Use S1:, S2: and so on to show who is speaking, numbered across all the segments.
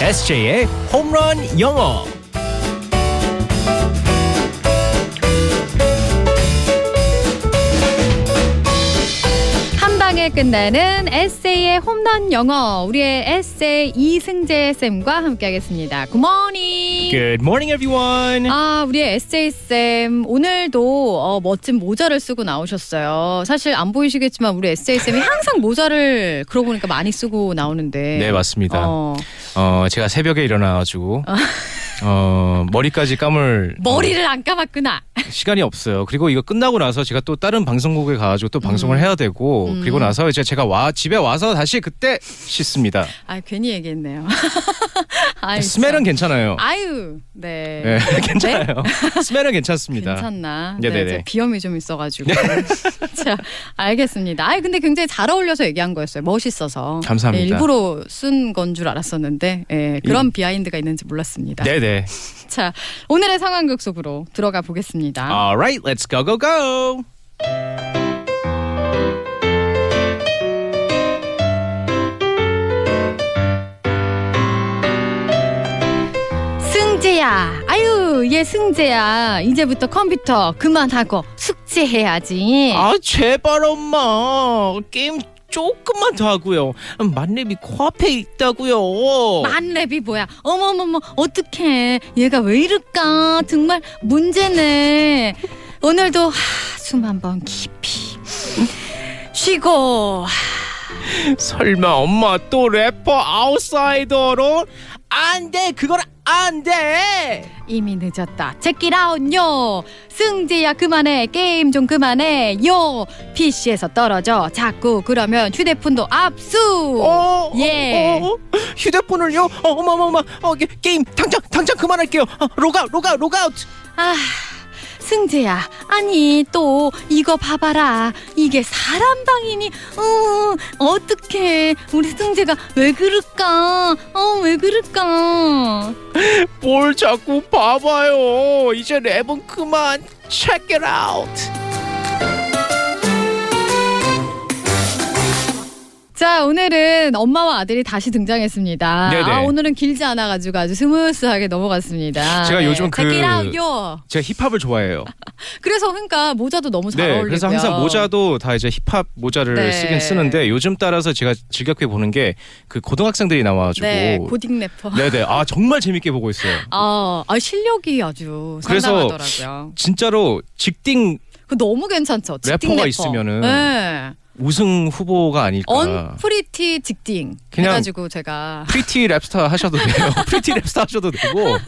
S1: SJ의 홈런 영어.
S2: 한 방에 끝나는 에세이의 홈런 영어 우리의 에세이 이승재 쌤과 함께하겠습니다. 굿모닝.
S1: Good morning, everyone.
S2: 아, 우리의 에세이 쌤 오늘도 어, 멋진 모자를 쓰고 나오셨어요. 사실 안 보이시겠지만 우리 에세이 쌤이 항상 모자를 그러고 보니까 많이 쓰고 나오는데.
S3: 네 맞습니다. 어,
S2: 어,
S3: 제가 새벽에 일어나가지고 어 머리까지 감을
S2: 아. 머리를 안 감았구나.
S3: 어, 시간이 없어요. 그리고 이거 끝나고 나서 제가 또 다른 방송국에 가가지고 또 방송을 해야 되고
S2: 음.
S3: 그리고 나서 이제 제가 와 집에 와서 다시 그때 씻습니다.
S2: 아, 괜히 얘기했네요. 아유,
S3: 스멜은 괜찮아요.
S2: 아유, 네.
S3: 네, 괜찮아요. 스멜은 괜찮습니다.
S2: 괜찮나? 네,
S3: 네, 네,
S2: 제
S3: 네.
S2: 비염이 좀 있어가지고. 자, 알겠습니다. 아, 근데 굉장히 잘 어울려서 얘기한 거였어요. 멋있어서.
S3: 감사합니다.
S2: 예, 일부러 쓴 건 줄 알았었는데 예, 그런 비하인드가 있는지 몰랐습니다.
S3: 네네.
S2: 자, 오늘의 상황극 속으로 들어가 보겠습니다.
S3: Alright, let's go go go.
S2: 승재야, 아유, 얘 승재야, 이제부터 컴퓨터 그만하고 숙제해야지.
S3: 아 제발 엄마 게임 조금만 더 하고요. 만렙이 코앞에 있다고요.
S2: 만렙이 뭐야? 어머머머, 어떡해. 얘가 왜 이럴까? 정말 문제네. 오늘도 하, 숨 한번 깊이 쉬고.
S3: 설마 엄마 또 래퍼 아웃사이더로 안돼 그건 안돼
S2: 이미 늦었다. 제끼라운요. 승재야 그만해. 게임 좀 그만해. 요. PC에서 떨어져. 자꾸 그러면 휴대폰도 압수.
S3: 어,
S2: 예.
S3: 어, 어, 어. 휴대폰을요 어, 어머 어머 어머 어, 게, 게임 당장 당장 그만할게요 아, 로그아웃 로그아웃 로그아웃
S2: 아, 승재야. 아니, 또 이거 봐봐라. 이게 사람 방이니? 어, 어떡해. 우리 승재가 왜 그럴까? 어, 왜 그럴까?
S3: 뭘 자꾸 봐봐요 이제 랩은 그만 check it out
S2: 자, 오늘은 엄마와 아들이 다시 등장했습니다.
S3: 네네.
S2: 아, 오늘은 길지 않아가지고 아주 스무스하게 넘어갔습니다. 네,
S3: 제가 요즘 그-
S2: Check it out, yo.
S3: 제가 힙합을 좋아해요
S2: 그래서 그러니까 모자도 너무 잘
S3: 네,
S2: 어울리고요.
S3: 그래서 항상 모자도 다 이제 힙합 모자를
S2: 네.
S3: 쓰긴 쓰는데 요즘 따라서 제가 즐겁게 보는 게 그 고등학생들이 나와가지고
S2: 네, 고딕 래퍼.
S3: 네네 아 정말 재밌게 보고 있어요.
S2: 아, 아, 실력이 아주
S3: 그래서-
S2: 상당하더라고요.
S3: 진짜로 직딩
S2: 그 너무 괜찮죠. 직딩
S3: 래퍼가
S2: 래퍼.
S3: 있으면은
S2: 네.
S3: 우승 후보가 아닐까.
S2: 언프리티 직딩
S3: 그냥-
S2: 해가지고 제가
S3: 프리티 랩스타 하셔도 돼요. 프리티 랩스타 하셔도 되고.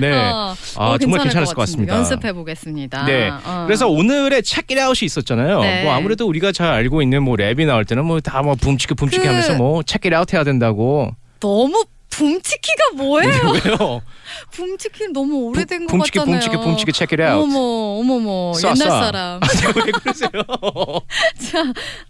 S3: 네.
S2: 어,
S3: 아,
S2: 어,
S3: 정말 괜찮을 것
S2: 같은데.
S3: 같습니다.
S2: 연습해 보겠습니다.
S3: 네.
S2: 어.
S3: 그래서 오늘의 체크아웃이 있었잖아요.
S2: 네.
S3: 뭐 아무래도 우리가 잘 알고 있는 뭐 랩이 나올 때는 뭐 다 뭐 붐치크 붐치크
S2: 그-
S3: 하면서 뭐 체크아웃 해야 된다고.
S2: 너무 붐치키가 뭐예요?
S3: 왜요?
S2: 붐치키는 너무 오래된 것
S3: 네. 붐치크
S2: 같잖아요.
S3: 붐치크 붐치크 체크아웃.
S2: 어머 어머머
S3: 쏴,
S2: 옛날
S3: 쏴.
S2: 사람.
S3: 왜 그러세요?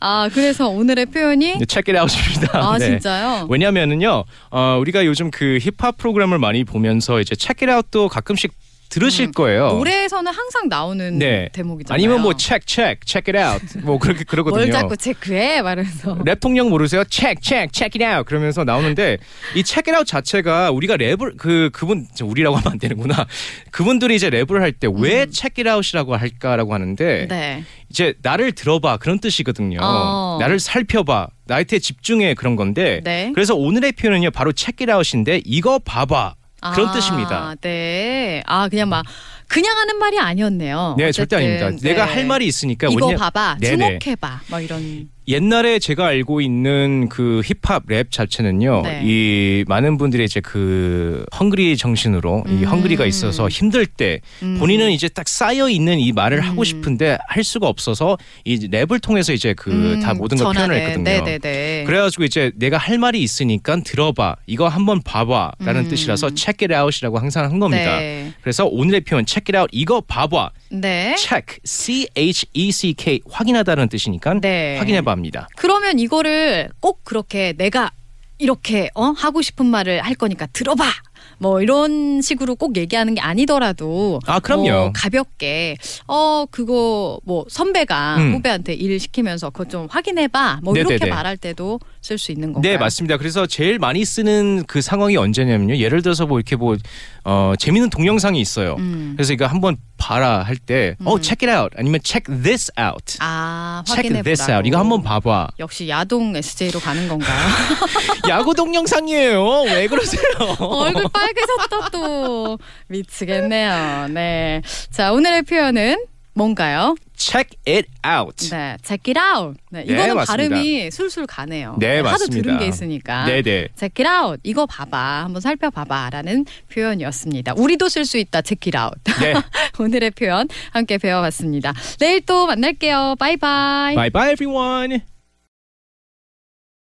S2: 아 그래서 오늘의 표현이
S3: 네. 체크아웃입니다.
S2: 네?
S3: 네.
S2: 아 진짜요?
S3: 왜냐면은요, 어, 우리가 요즘 그 힙합 프로그램을 많이 보면서 이제 체크아웃도 가끔씩 들으실
S2: 음,
S3: 거예요.
S2: 노래에서는 항상 나오는
S3: 네.
S2: 대목이잖아요.
S3: 아니면 뭐 체크 체크 체크 it out 뭐 그렇게 그러거든요.
S2: 뭘 자꾸 체크해 말해서.
S3: 랩 통역 모르세요? 체크 체크 체크 it out 그러면서 나오는데 이 체크 it out 자체가 우리가 랩을 그 그분 저 우리라고 하면 안 되는구나. 그분들이 이제 랩을 할 때 왜 체크 it out이라고 할까라고 하는데
S2: 음. 네.
S3: 이제 나를 들어봐 그런 뜻이거든요.
S2: 어.
S3: 나를 살펴봐. 나한테 집중해 그런 건데
S2: 네.
S3: 그래서 오늘의 표현은요 바로 체크 it out인데 이거 봐봐 그런
S2: 아,
S3: 뜻입니다.
S2: 네. 아 그냥 막 그냥 하는 말이 아니었네요.
S3: 네, 절대
S2: 어쨌든,
S3: 아닙니다.
S2: 네.
S3: 내가 할 말이 있으니까
S2: 이거
S3: 왜냐-
S2: 봐봐,
S3: 네네.
S2: 주목해봐, 막 이런.
S3: 옛날에 제가 알고 있는 그 힙합 랩 자체는요,
S2: 네.
S3: 이 많은 분들이 이제 그 헝그리 정신으로 이
S2: 음.
S3: 헝그리가 있어서 힘들 때
S2: 음.
S3: 본인은 이제 딱 쌓여 있는 이 말을 하고 싶은데 할 수가 없어서 이 랩을 통해서 이제 그 다 모든 걸
S2: 음, 전환을.
S3: 표현했거든요.
S2: 네네네.
S3: 그래가지고 이제 내가 할 말이 있으니까 들어봐, 이거 한번 봐봐라는
S2: 음.
S3: 뜻이라서 check it out이라고 항상 한 겁니다.
S2: 네.
S3: 그래서 오늘의 표현 check it out 이거 봐봐,
S2: 네.
S3: check, c h e c k 확인하다는 뜻이니까
S2: 네.
S3: 확인해봅니다.
S2: 그러면 이거를 꼭 그렇게 내가 이렇게 어 하고 싶은 말을 할 거니까 들어봐 뭐 이런 식으로 꼭 얘기하는 게 아니더라도
S3: 아, 그럼요.
S2: 뭐 가볍게 어 그거 뭐 선배가
S3: 음.
S2: 후배한테 일 시키면서 그거 좀 확인해봐 뭐 이렇게
S3: 네네네.
S2: 말할 때도 쓸 수 있는 건가요?
S3: 네 맞습니다. 그래서 제일 많이 쓰는 그 상황이 언제냐면요. 예를 들어서 뭐 이렇게 뭐 어, 재밌는 동영상이 있어요.
S2: 음.
S3: 그래서 이거 한번 봐라 할 때, 어
S2: 음.
S3: check it out 아니면 check this out,
S2: 아
S3: check this
S2: 확인해보라고.
S3: out 이거 한번 봐봐.
S2: 역시 야동 SJ로 가는 건가요?
S3: 야구 동영상이에요. 왜 그러세요?
S2: 어, 얼굴 빨개졌다 또 미치겠네요. 네, 자 오늘의 표현은 뭔가요?
S3: check it out.
S2: 네, check it out. 네,
S3: 네,
S2: 이거는
S3: 맞습니다.
S2: 발음이 술술 가네요.
S3: 네,
S2: 하도
S3: 맞습니다.
S2: 들은 게 있으니까.
S3: 네, 네.
S2: check it out. 이거 봐봐. 한번 살펴봐봐라는 표현이었습니다. 우리도 쓸 수 있다. check it out.
S3: 네.
S2: 오늘의 표현 함께 배워봤습니다. 내일 또 만날게요. 바이바이.
S3: Bye bye everyone.